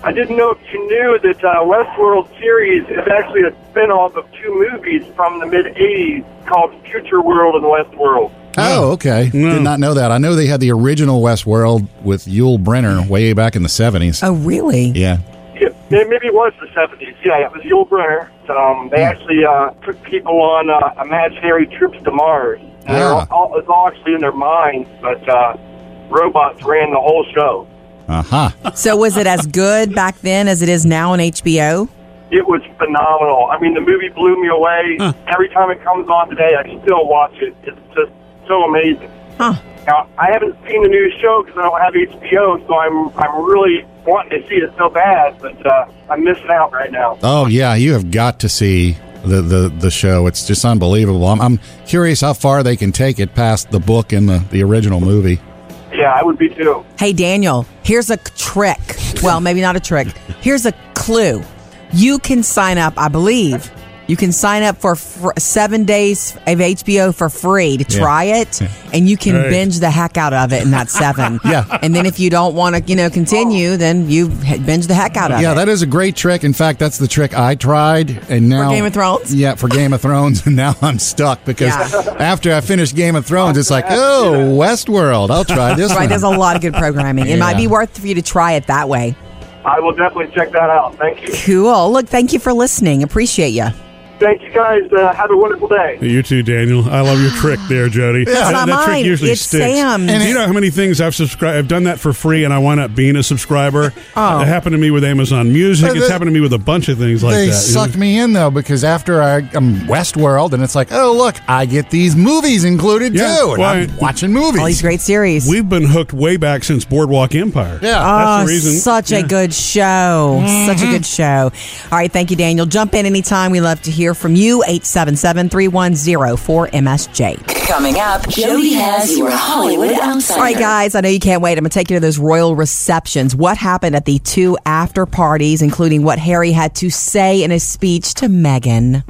I didn't know if you knew that uh, Westworld series is actually a spin-off of two movies from the mid '80s called Future World and Westworld.
Oh, okay. Did not know that. I know they had the original Westworld with Yul Brenner way back in the 70s.
Oh, really?
Yeah.
Yeah, may- maybe it was the '70s. Yeah, it was Yul Brynner. Um, they actually uh, took people on uh, imaginary trips to Mars. And they were
Ah.
all, it was all actually in their minds, but uh, robots ran the whole show.
Uh-huh.
So was it as good back then as it is now on HBO?
It was phenomenal. I mean, the movie blew me away. Every time it comes on today, I still watch it. It's just so amazing.
Huh.
Now, I haven't seen the new show because I don't have HBO, so I'm I'm really wanting to see it so bad, but uh, I'm missing out right now.
Oh, yeah. You have got to see the the, the show. It's just unbelievable. I'm, I'm curious how far they can take it past the book and the, the original movie.
Yeah, I would be too.
Hey, Daniel, here's a trick. Well, maybe not a trick. Here's a clue. You can sign up, I believe. You can sign up for fr- seven days of HBO for free to
Yeah.
try it, and you can
Right.
binge the heck out of it in that seven. yeah. And then if you don't want to, you know, continue, then you binge the heck out of
Yeah,
it.
that is a great trick. In fact, that's the trick I tried, and now
Game of Thrones?
Yeah, for Game of Thrones, and now I'm stuck because
Yeah.
after I finish Game of Thrones, it's like, oh, Westworld. I'll try this.
right,
one.
there's a lot of good programming. It might
Yeah.
be worth for you to try it that way.
I will definitely check that out. Thank you.
Cool. Look, thank you for listening. Appreciate you.
Thank you guys. Uh, have a wonderful day.
You too, Daniel. I love your trick there, Jody.
That's
that,
not
that
mine.
trick usually
It's
sticks.
Sam's.
Do you know how many things I've subscribed? I've done that for free, and I wound up being a subscriber.
Oh.
It happened to me with Amazon Music.
But
it's
they-
happened to me with a bunch of things like that.
they
you know?
sucked me in though because after I, I'm Westworld, and it's like, oh look, I get these movies included
Yeah,
too, and
well,
I'm
I-
watching movies.
All these
great series.
We've been hooked way back since Boardwalk Empire.
Oh,
that's the reason.
such
yeah. Mm-hmm.
a good show. Such a good show. All right. Thank you, Daniel. Jump in anytime. We love to hear from you. 877 310 4MSJ.
Coming up, Jody has your Hollywood outsider.
All right, guys, I know you can't wait. I'm going to take you to those royal receptions. What happened at the two after parties, including what Harry had to say in his speech to Meghan?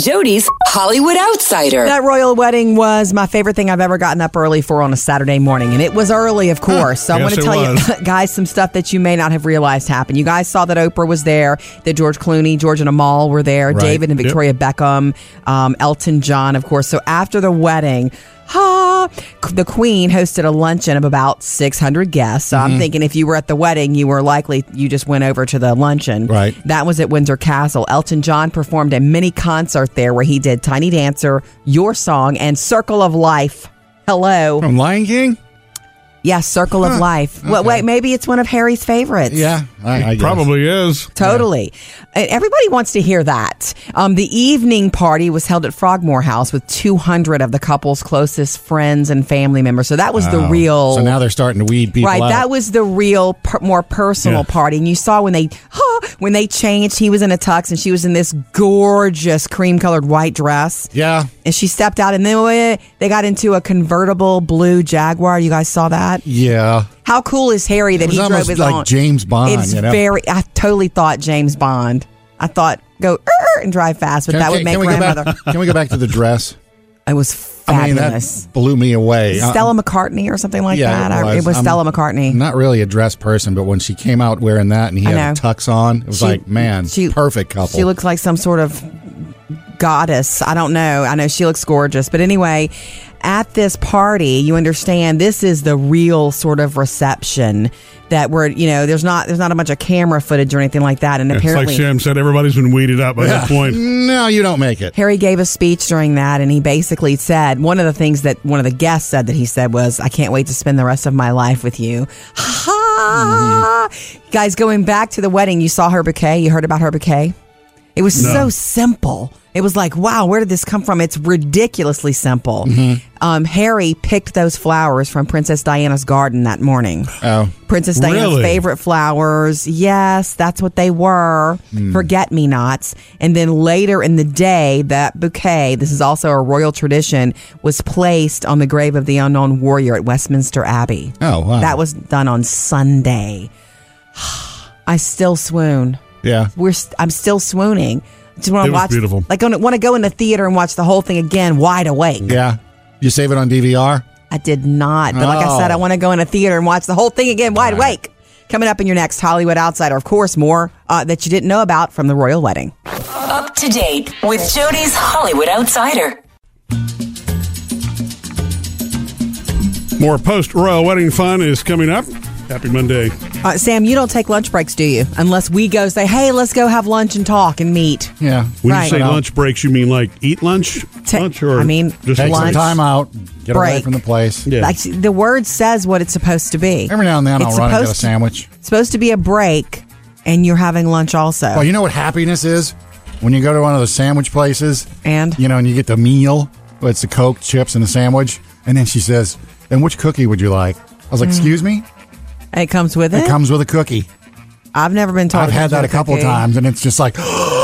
Jody's Hollywood outsider.
That royal wedding was my favorite thing I've ever gotten up early for on a Saturday morning. And it was early, of course. So I
Yes,
want to
it
tell
was.
you guys some stuff that you may not have realized happened. You guys saw that Oprah was there, that George Clooney, George and Amal were there,
Right.
David and
Yep.
Victoria Beckham, um, Elton John, of course. So after the wedding, ha, the Queen hosted a luncheon of about 600 guests. So I'm
Mhm.
thinking if you were at the wedding, you were likely, you just went over to the luncheon. Right. That was at Windsor Castle. Elton John performed a mini concert there where he did Tiny Dancer, Your Song, and Circle of Life. Hello. From
Lion King?
Yeah, Circle of Life. Well, wait, maybe it's one of Harry's favorites.
Yeah, I, I guess.
probably is.
Totally. And Everybody wants to hear that. Um, the evening party was held at Frogmore House with 200 of the couple's closest friends and family members. So that was the
Wow.
real.
So now they're starting to weed people
right,
out.
that was the real, per, more personal
Yeah.
party, and you saw when they when they changed. He was in a tux, and she was in this gorgeous cream-colored white dress.
Yeah,
and she stepped out, and then eh, they got into a convertible blue Jaguar. You guys saw that?
yeah.
How cool is Harry that
It was
he drove
almost
his
like
own?
James Bond,
It's
you know?
very. I totally thought James Bond. I thought go "Er," and drive fast, but
Can-
that would
can-
make
can we go back-
grandmother.
can we go back to the dress?
It was
I mean, that blew me away. Uh, I-
Stella McCartney or something like that. I- It was,
I'm
Stella McCartney.
Not really a dress person, but when she came out wearing that and he
I
had
know.
the tux on, it was
She-
like, man, perfect couple.
She looks like some sort of goddess. I don't know. I know she looks gorgeous, but anyway, at this party, you understand this is the real sort of reception that we're you know there's not there's not a bunch of camera footage or anything like that. And
It's like
apparently,
Sam said, everybody's been weeded out by
Yeah.
that point.
No, you don't make it.
Harry gave a speech during that, and he basically said one of the things that one of the guests said that he said was, "I can't wait to spend the rest of my life with you." Ha!
Mm-hmm.
Guys, going back to the wedding, you saw her bouquet. You heard about her bouquet. It was
No.
so simple. It was like, wow, where did this come from? It's ridiculously simple.
Mm-hmm.
Um, Harry picked those flowers from Princess Diana's garden that morning.
Oh.
Princess Diana's
Really?
favorite flowers. Yes, that's what they were.
Hmm.
Forget me nots. And then later in the day, that bouquet, this is also a royal tradition, was placed on the grave of the unknown warrior at Westminster Abbey.
Oh, wow.
That was done on Sunday. I still swoon.
Yeah.
We're st- I'm still swooning. Just want
It
to
was
watch
beautiful.
like want to want to go in the theater and watch the whole thing again wide awake.
Yeah. You save it on DVR?
I did not. But like I said,
Oh.
I want to go in a theater and watch the whole thing again, wide awake. Coming up in your next Hollywood Outsider, of course, more uh, that you didn't know about from the royal wedding.
Up to date with Jody's Hollywood outsider.
More post royal wedding fun is coming up. Happy Monday.
Uh, Sam, you don't take lunch breaks, do you? Unless we go say, hey, let's go have lunch and talk and meet.
Yeah.
When
Right.
you say
Well-
lunch breaks, you mean like eat lunch? lunch or
I mean,
just
Take some
lunch?
time
out. Get away
Break.
from the place.
Yeah.
Like, the word says what it's supposed to be.
Every now and then
it's
I'll run and get a
supposed to-
sandwich.
it's supposed to be a break, and you're having lunch also.
Well, you know what happiness is? When you go to one of those sandwich places
and
you know, and you get the meal, but it's the Coke, chips, and a sandwich, and then she says, And which cookie would you like? I was like,
Mm.
Excuse me?
And it comes with it.
It comes with a cookie.
I've never been told.
I've
Eh? it
had
comes
that a
with
couple
cookie.
times, and it's just like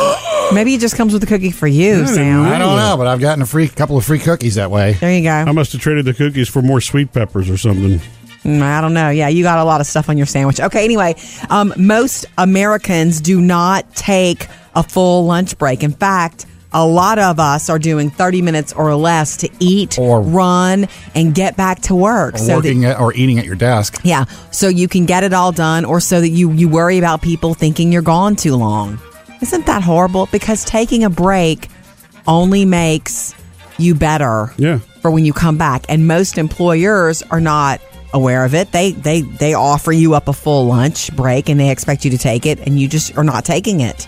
Maybe it just comes with a cookie for you, Sam.
I don't know, but I've gotten a free couple of free cookies that way.
There you go. I
must have traded the cookies for more sweet peppers or something.
Mm, I don't know. Yeah, you got a lot of stuff on your sandwich. Okay, anyway, um, most Americans do not take a full lunch break. In fact, a lot of us are doing 30 minutes or less to eat, or run, and get back to work.
Or
that-
working at, or eating at your desk.
yeah, so you can get it all done, or so that you, you worry about people thinking you're gone too long. Isn't that horrible? Because taking a break only makes you better
yeah.
for when you come back. And most employers are not aware of it. They they they offer you up a full lunch break and they expect you to take it and you just are not taking it.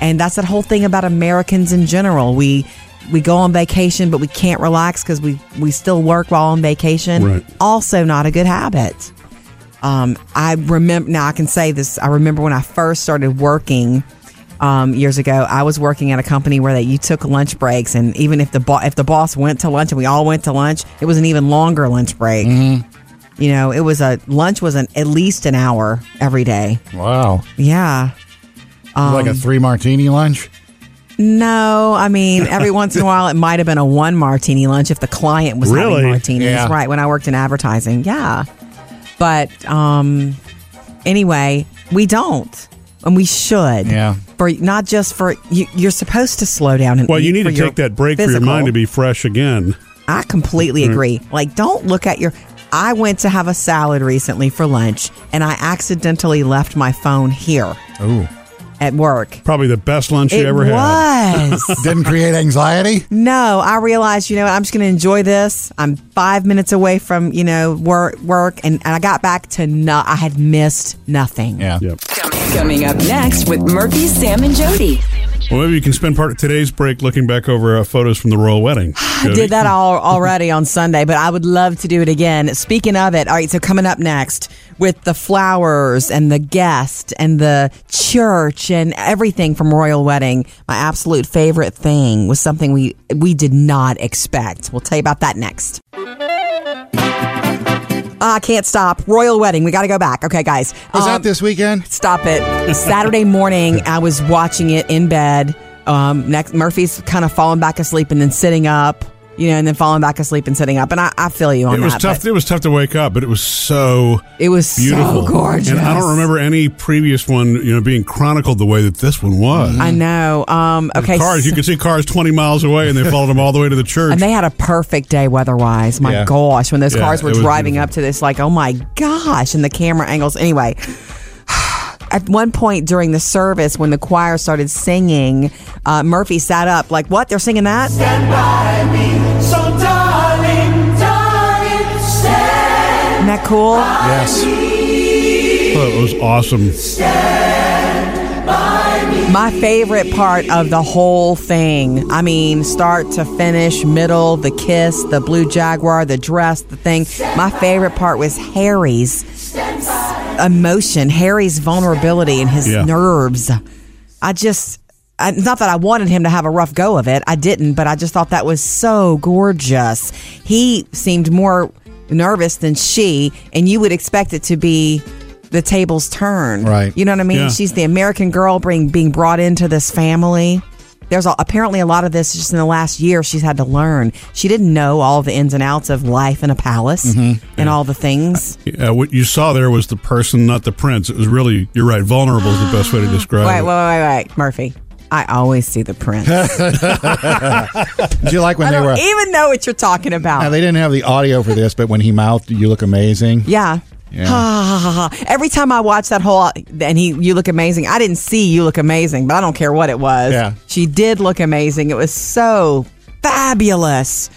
And that's that whole thing about Americans in general. We we go on vacation but we can't relax cuz we we still work while on vacation.
Right.
Also not a good habit. Um, I remember now. I can say this. I remember when I first started working um, years ago. I was working at a company where that you took lunch breaks, and even if the bo- if the boss went to lunch and we all went to lunch, it was an even longer lunch break. You know, it was a lunch was an at least an hour every day.
Wow.
Yeah.
like a
Um,
three martini lunch?
No, I mean every once in a while it might have been a one martini lunch if the client was
Really?
having martinis.
Yeah.
Right when I worked in advertising, yeah. But um, anyway, we don't, and we should.
Yeah.
For not just for you, you're supposed to slow down and
Well,
eat
you need
for
to
your
take that break for
physical.
your mind to be Mm-hmm. fresh again.
I completely
Right.
agree. Like, don't look at your. I went to have a salad recently for lunch, and I accidentally left my phone here.
Ooh.
At work.
Probably the best lunch
It
you ever had.
was.
Didn't create anxiety?
No, I realized, you know, what, I'm just going to enjoy this. I'm five minutes away from, you know, work, work, and, and I got back to no, I had missed nothing.
Yeah.
Coming up next with Murphy, Sam, and Jody.
Well, maybe you can spend part of today's break looking back over uh, photos from the royal wedding.
I did that all already on Sunday, but I would love to do it again. Speaking of it, all right, so coming up next with the flowers and the guest and the church and everything from Royal Wedding, my absolute favorite thing was something we we did not expect. We'll tell you about that next. Ah, I can't stop. Royal wedding. We got to go back. Okay, guys. Um,
Was that this weekend?
Stop it. Saturday morning, I was watching it in bed. Um, next, Murphy's kind of falling back asleep and then sitting up, you know, and then falling back asleep and sitting up. And I, I feel you on
It was
that.
tough. It was tough to wake up, but it was so
it was so
beautiful,
gorgeous.
And I don't remember any previous one, you know, being chronicled the way that this one was.
but I know. Um, okay.
cars. You
so-
could see cars twenty miles away, and they followed them all the way to the church.
and they had a perfect day weather-wise. My
Yeah.
gosh, when those
Yeah,
cars were
it was
driving up to this, like, oh my gosh, and the camera angles. Anyway, at one point during the service, when the choir started singing, uh, Murphy sat up, like, "What? They're singing that?"
So darling, darling, stand.
Isn't that cool?
Yes. Oh, it was awesome.
My favorite part of the whole thing. I mean, start to finish, middle, the kiss, the blue jaguar, the dress, the thing. My favorite part was Harry's emotion, Harry's vulnerability, and his
Yeah.
nerves. I just. I, not that I wanted him to have a rough go of it. I didn't, but I just thought that was so gorgeous. He seemed more nervous than she, and you would expect it to be the tables turned.
Right.
You know what I mean?
Yeah.
She's the American girl being being brought into this family. There's a, apparently a lot of this just in the last year she's had to learn. She didn't know all the ins and outs of life in a palace
Mm-hmm.
Mhm.
and all the things.
Yeah, Uh, what you saw there was the person, not the prince. It was really, you're right. Vulnerable is the best way to describe
Wait, wait,
it.
wait, wait, Murphy. I always see the prince.
Did you like when
I
they
don't
were?
even know what you're talking about.
Now, they didn't have the audio for this, but when he mouthed, "You look amazing."
Yeah.
Yeah.
Ah, Every time I watch that whole and he you look amazing. I didn't see you look amazing, but I don't care what it was.
Yeah.
She did look amazing. It was so fabulous.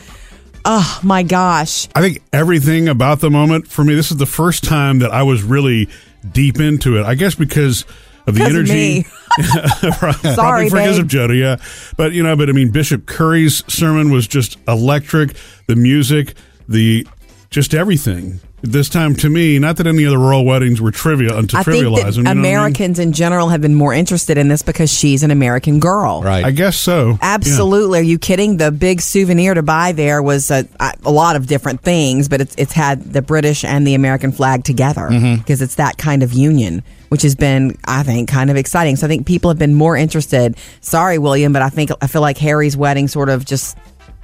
Oh my gosh.
I think everything about the moment for me, this is the first time that I was really deep into it. I guess because of the
Because of
energy.
me.
Probably
Sorry,
because
babe.
of Jody, yeah. But, you know, but I mean, Bishop Curry's sermon was just electric. The music, the just everything. this time to me. Not that any of the royal weddings were trivial and to
I think
trivialize
that
them. you know what I mean?
Americans in general have been more interested in this because she's an American girl.
Right. I guess so.
Absolutely. Are you kidding? The big souvenir to buy there was a, a lot of different things, but it's, it's had the British and the American flag together because
Mm-hmm.
Mhm.
it's that kind of union, which has been, I think, kind of exciting. So I think people have been more interested. Sorry, William, but I think I feel like Harry's wedding sort of just,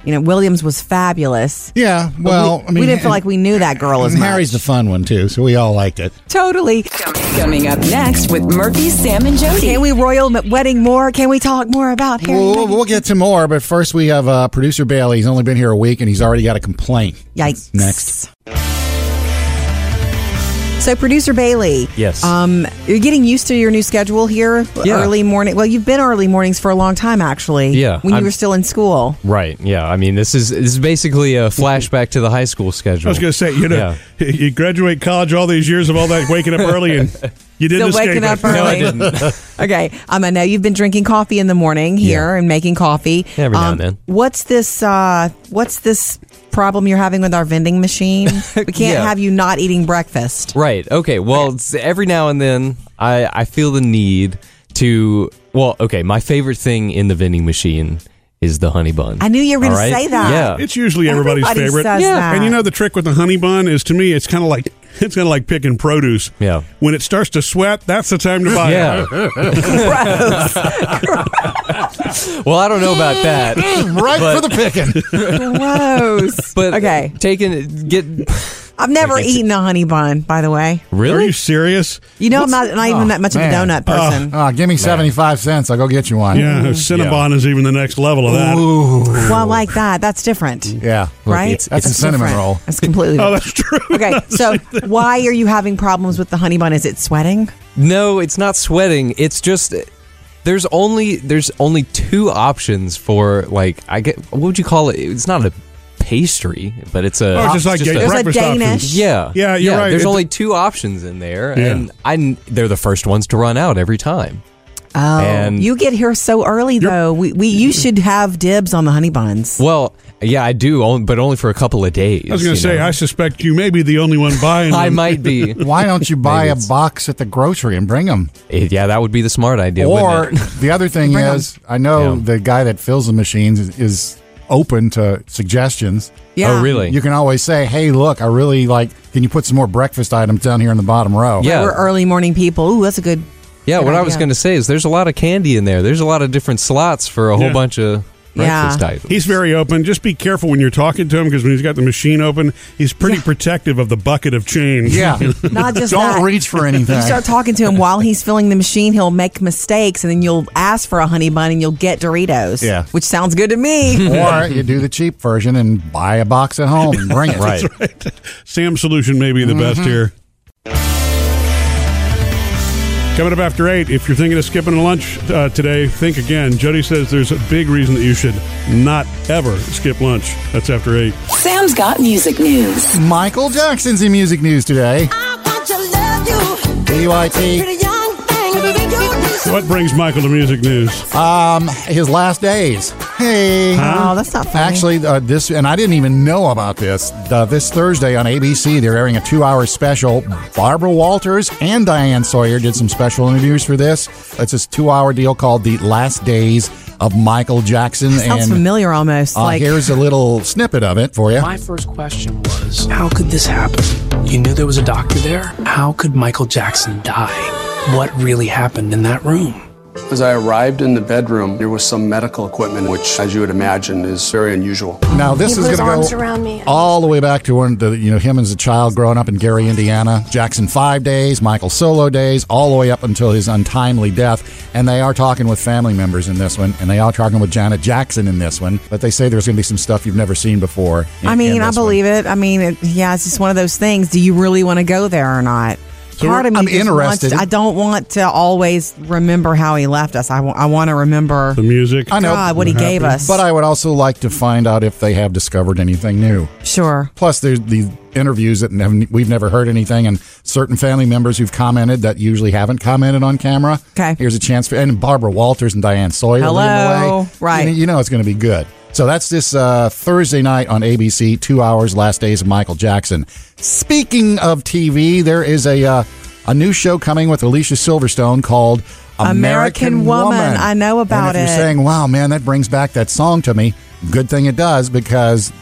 you know, William's was fabulous.
Yeah.
but
Well,
we,
I mean,
we didn't feel
and-
like we knew that girl as
and
much.
Harry's the fun one too, so we all liked it.
Totally.
Coming up next with Murphy, Sam, and Jody.
Can we royal m- wedding more? Can we talk more about Harry?
We'll, we'll- we'll get to more, but first we have uh, producer Bailey. He's only been here a week and he's already got a complaint.
Yikes.
Next.
So, producer Bailey,
Yes.
um, you're getting used to your new schedule here.
Yeah.
Early morning. Well, you've been early mornings for a long time, actually.
Yeah,
when you
I'm-
were still in school.
Right. Yeah. I mean, this is this is basically a flashback to the high school schedule.
I was going to say, you know,
Yeah.
you graduate college all these years of all that waking up early, and you didn't
Still
escape
waking
it.
up early. okay. Um, I know you've been drinking coffee in the morning here and making coffee
Every now
Um,
and then.
What's this? Uh, what's this problem you're having with our vending machine? we can't
Yeah.
have you not eating breakfast.
Right. Okay. Well, it's- every now and then, I I feel the need to. Well, okay. My favorite thing in the vending machine is the honey bun.
I knew you were going
All right?
to say that.
Yeah.
It's usually everybody's
Everybody
favorite.
says Yeah. that.
And you know the trick with the honey bun is to me it's kind of like it's kind of like picking produce. Yeah. When it starts to sweat, that's the time to buy
Yeah. well, I don't know about that.
Right for the
picking.
Gross.
But
okay,
taking get.
I've never
Like it's-
eaten a honey bun, by the way.
Really?
Are you serious?
You know, I'm not, not even that much of a donut person.
Oh, give me 75 cents. I'll go get you one.
Mm.
Yeah, Cinnabon is even the next level of that.
well, I like that. That's different.
Yeah.
Right?
That's a cinnamon
different.
roll.
That's completely
Oh, that's true.
Okay, so why are you having problems with the honey bun? Is it sweating?
No, it's not sweating. It's just there's only there's only two options for like I get what would you call it? It's not a pastry, but it's a
Oh, it's just like a There's a breakfast option. Danish.
Yeah,
Yeah, you're right.
There's
It-
only two options in there,
Yeah.
and I kn- they're the first ones to run out every time.
Oh,
And-
you get here so early though. We, we you should have dibs on the honey buns.
Well, yeah, I do, on- but only for a couple of days.
I was going
you
to say
know?
I suspect you may be the only one buying.
I
them.
might be.
Why don't you buy
Maybe
a
it's-
box at the grocery and bring them?
Eh, yeah, that would be the smart idea.
or
wouldn't it?
the other thing
Bring 'em.
is, I know the guy that fills the machines is, is open to suggestions.
Yeah. Oh, really?
You can always say, "Hey, look, I really like. Can you put some more breakfast items down here in the bottom row?"
Yeah.
We're early morning people. Ooh, that's a good
yeah,
good
what I was
idea.
going to say is there's a lot of candy in there. There's a lot of different slots for a whole
Yeah.
bunch of breakfast items.
He's very open. Just be careful when you're talking to him because when he's got the machine open, he's pretty protective of the bucket of change.
Yeah.
Not just
Don't
that.
reach for
You
anything.
start talking to him while he's filling the machine, he'll make mistakes and then you'll ask for a honey bun and you'll get Doritos.
Yeah.
Which sounds good to me.
or you do the cheap version and buy a box at home and bring it.
That's right. Sam's solution may be the best here. Coming up after eight, if you're thinking of skipping a lunch uh, today, think again. Jody says there's a big reason that you should not ever skip lunch. That's after eight.
Sam's got music news.
Michael Jackson's in music news today. BYT.
What brings Michael to music news?
Um, his last days. Hey,
Huh?
Oh, that's not funny.
actually uh, this, and I didn't even know about this. Uh, this Thursday on ABC, they're airing a two-hour special. Barbara Walters and Diane Sawyer did some special interviews for this. It's this two-hour deal called "The Last Days of Michael Jackson."
sounds
and
familiar almost.
uh,
like
here's a little snippet of it for you.
My first question was How could this happen? You knew there was a doctor there? How could Michael Jackson die? What really happened in that room?
As I arrived in the bedroom, there was some medical equipment, which, as you would imagine, is very unusual.
Now this
He
is
put his
going
arms
to go
around me.
all the way back to when the, you know him as a child growing up in Gary, Indiana. Jackson Five days, Michael Solo days, all the way up until his untimely death. And they are talking with family members in this one, and they are talking with Janet Jackson in this one. But they say there's going to be some stuff you've never seen before. in-
I
in
mean, I
this
believe it. I mean, it, yeah, it's just one of those things. Do you really want to go there or not?
So
Part of me
I'm
just wants to-
interested.
I don't want to always remember how he left us. I want to remember
The music.
I know Mm-hmm.
God, what he gave us.
But I would also like to find out if they have discovered anything new.
Sure.
Plus, there's the interviews that nev- we've never heard anything, and certain family members who've commented that usually haven't commented on camera. Okay. Here's a chance for and Barbara Walters and Diane Sawyer. leading the
Hello.
way.
Right.
You know, you know it's going to be good. So that's this uh, Thursday night on ABC, two hours, last days of Michael Jackson. Speaking of TV, there is a, uh, a new show coming with Alicia Silverstone called American,
American Woman. I know about
and if
it.
You're saying, wow, man, that brings back that song to me. Good thing it does because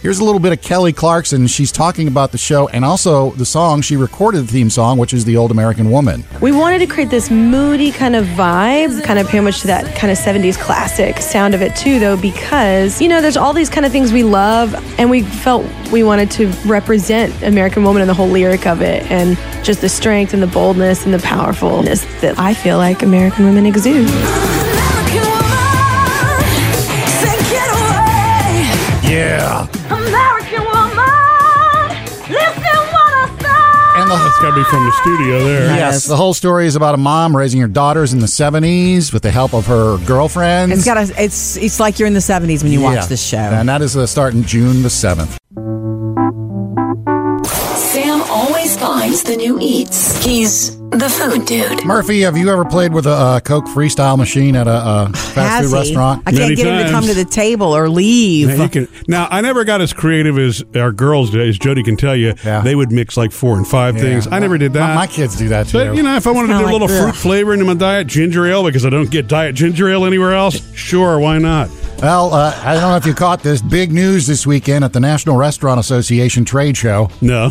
here's a little bit of Kelly Clarkson. She's talking about the show and also the song she recorded the theme song, which is The Old American Woman.
We wanted to create this moody kind of vibe, kind of much to that kind of 70s classic sound of it too, though, because, you know, there's all these kind of things we love, and we felt we wanted to represent American Woman and the whole lyric of it, and just the strength and the boldness and the powerfulness that I feel like American women exude.
Yeah.
American woman, listen what I
And the
That's got to be from the studio there.
Yes, the whole story is about a mom raising her daughters in the 70s with the help of her girlfriends.
It's got a, it's it's like you're in the 70s when you watch this show.
And that is uh, starting June the 7th.
Sam always finds the new eats. He's the food dude.
Murphy, have you ever played with a, uh Coke freestyle machine at a, uh fast
Has
food
he?
restaurant?
I can't get him to come to the table or leave.
Now, you can, now, I never got as creative as our girls did, as Jody can tell you. They would mix like four and five
Yeah.
things. I never did that.
My kids do that too.
But you know, if I wanted to do a little fruit flavor into my diet ginger ale because I don't get diet ginger ale anywhere else, sure, why not?
Well, uh, I don't know if you caught this big news this weekend at the National Restaurant Association trade show.
No.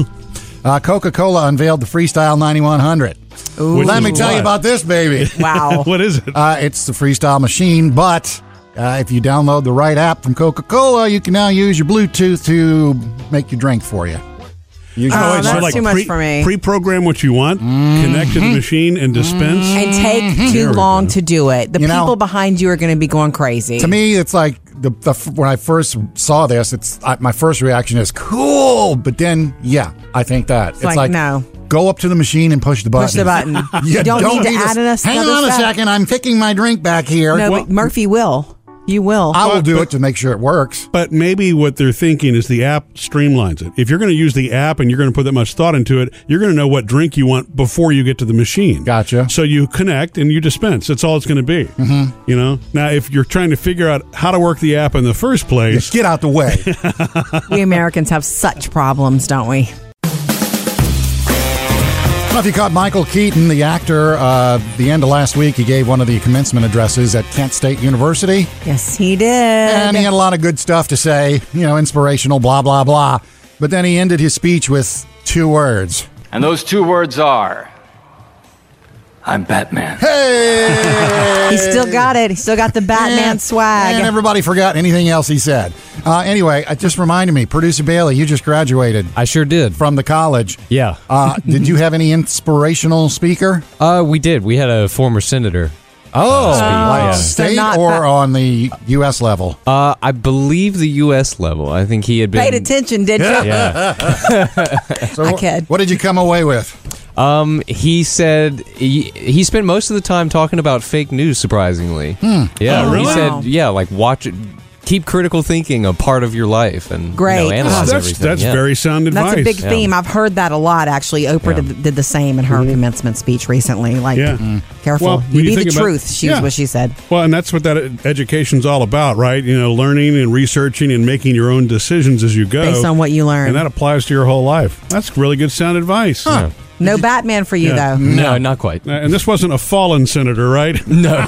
Uh, Coca Cola unveiled the Freestyle 9100.
Which is
Let me tell you
what?
about this, baby.
Wow. What is it?
Uh, it's the Freestyle machine, but uh, if you download the right app from Coca Cola, you can now use your Bluetooth to make your drink for you. Uh, You
Oh, that's too much
pre,
for me.
Pre-program what you want, connect to the machine, and dispense.
and take
There
too
we
long to do it. The
You know-
people behind you are going to be going crazy.
To me, it's like the, the when I first saw this, it's I, my first reaction is cool, but then yeah, I think that it's,
like, no.
Go up to the machine and push the button.
Push the button.
You
You don't need to
a-
add an-
Hang
another
on a
step.
second. I'm picking my drink back here.
no, but Murphy will. You will.
I will do it to make sure it works.
But maybe what they're thinking is the app streamlines it. If you're going to use the app and you're going to put that much thought into it, you're going to know what drink you want before you get to the machine.
Gotcha.
So you connect and you dispense. That's all it's going to be.
Mhm.
You know. Now, if you're trying to figure out how to work the app in the first place,
get out the way.
we Americans have such problems, don't we?
I don't know if you caught Michael Keaton, the actor, uh, the end of last week. He gave one of the commencement addresses at Kent State University.
Yes, he did.
And he had a lot of good stuff to say, you know, inspirational, blah, blah, blah. But then he ended his speech with two words.
And those two words are I'm Batman.
Hey!
He still got it. He still got the Batman swag.
And everybody forgot anything else he said. Uh, anyway, it just reminded me, producer Bailey, you just graduated.
I sure did
from the college.
Yeah.
Uh, did you have any inspirational speaker?
Uh, we did. We had a former senator. Uh,
Oh,
speak, yeah.
like state or on the U.S. level?
Uh, I believe the U.S. level. I think he had been
Paid attention, did you?
Yeah.
So
I kid.
What did you come away with?
Um, he said he, he spent most of the time talking about fake news. Surprisingly,
Hmm.
yeah,
Oh,
he
really?
said,
Wow.
yeah, like watch it, keep critical thinking a part of your life, and you know,
Great. Oh,
analyze
that's-
everything.
that's
yeah.
very sound
That's a big
Yeah.
theme. I've heard that a lot, actually. Oprah did, did the same in her commencement speech recently. Like,
Mm-hmm.
careful.
Well,
you
when
be the
think about-
truth. She
Yeah.
was what she said.
Well, and that's what that ed- education's all about, right? You know, learning and researching and making your own decisions as you go,
Based on what you learn.
Oh. and that applies to your whole life. That's really good sound advice.
No Batman for you,
Yeah.
though.
No, not quite.
Uh, And this wasn't a fallen senator, right?
No.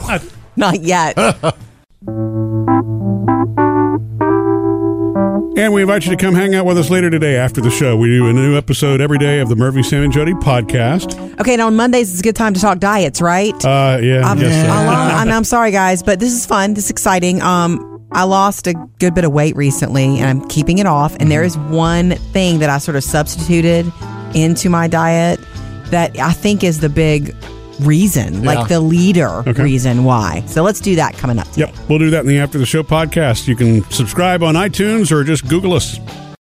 Not yet.
And we invite you to come hang out with us later today after the show. We do a new episode every day of the Murphy, Sam, and Jody podcast.
okay, and on Mondays, it's a good time to talk diets, right?
Uh, yeah,
I'm,
I guess so.
I lo- and I'm sorry, guys, but this is fun. This is exciting. Um, I lost a good bit of weight recently, and I'm keeping it off. And there is
Mm-hmm.
one thing that I sort of substituted into my diet that I think is the big reason,
Yeah.
like the leader
Okay.
reason why. So let's do that coming up.
Yep, we'll do that in the after the show podcast. You can subscribe on iTunes or just Google us.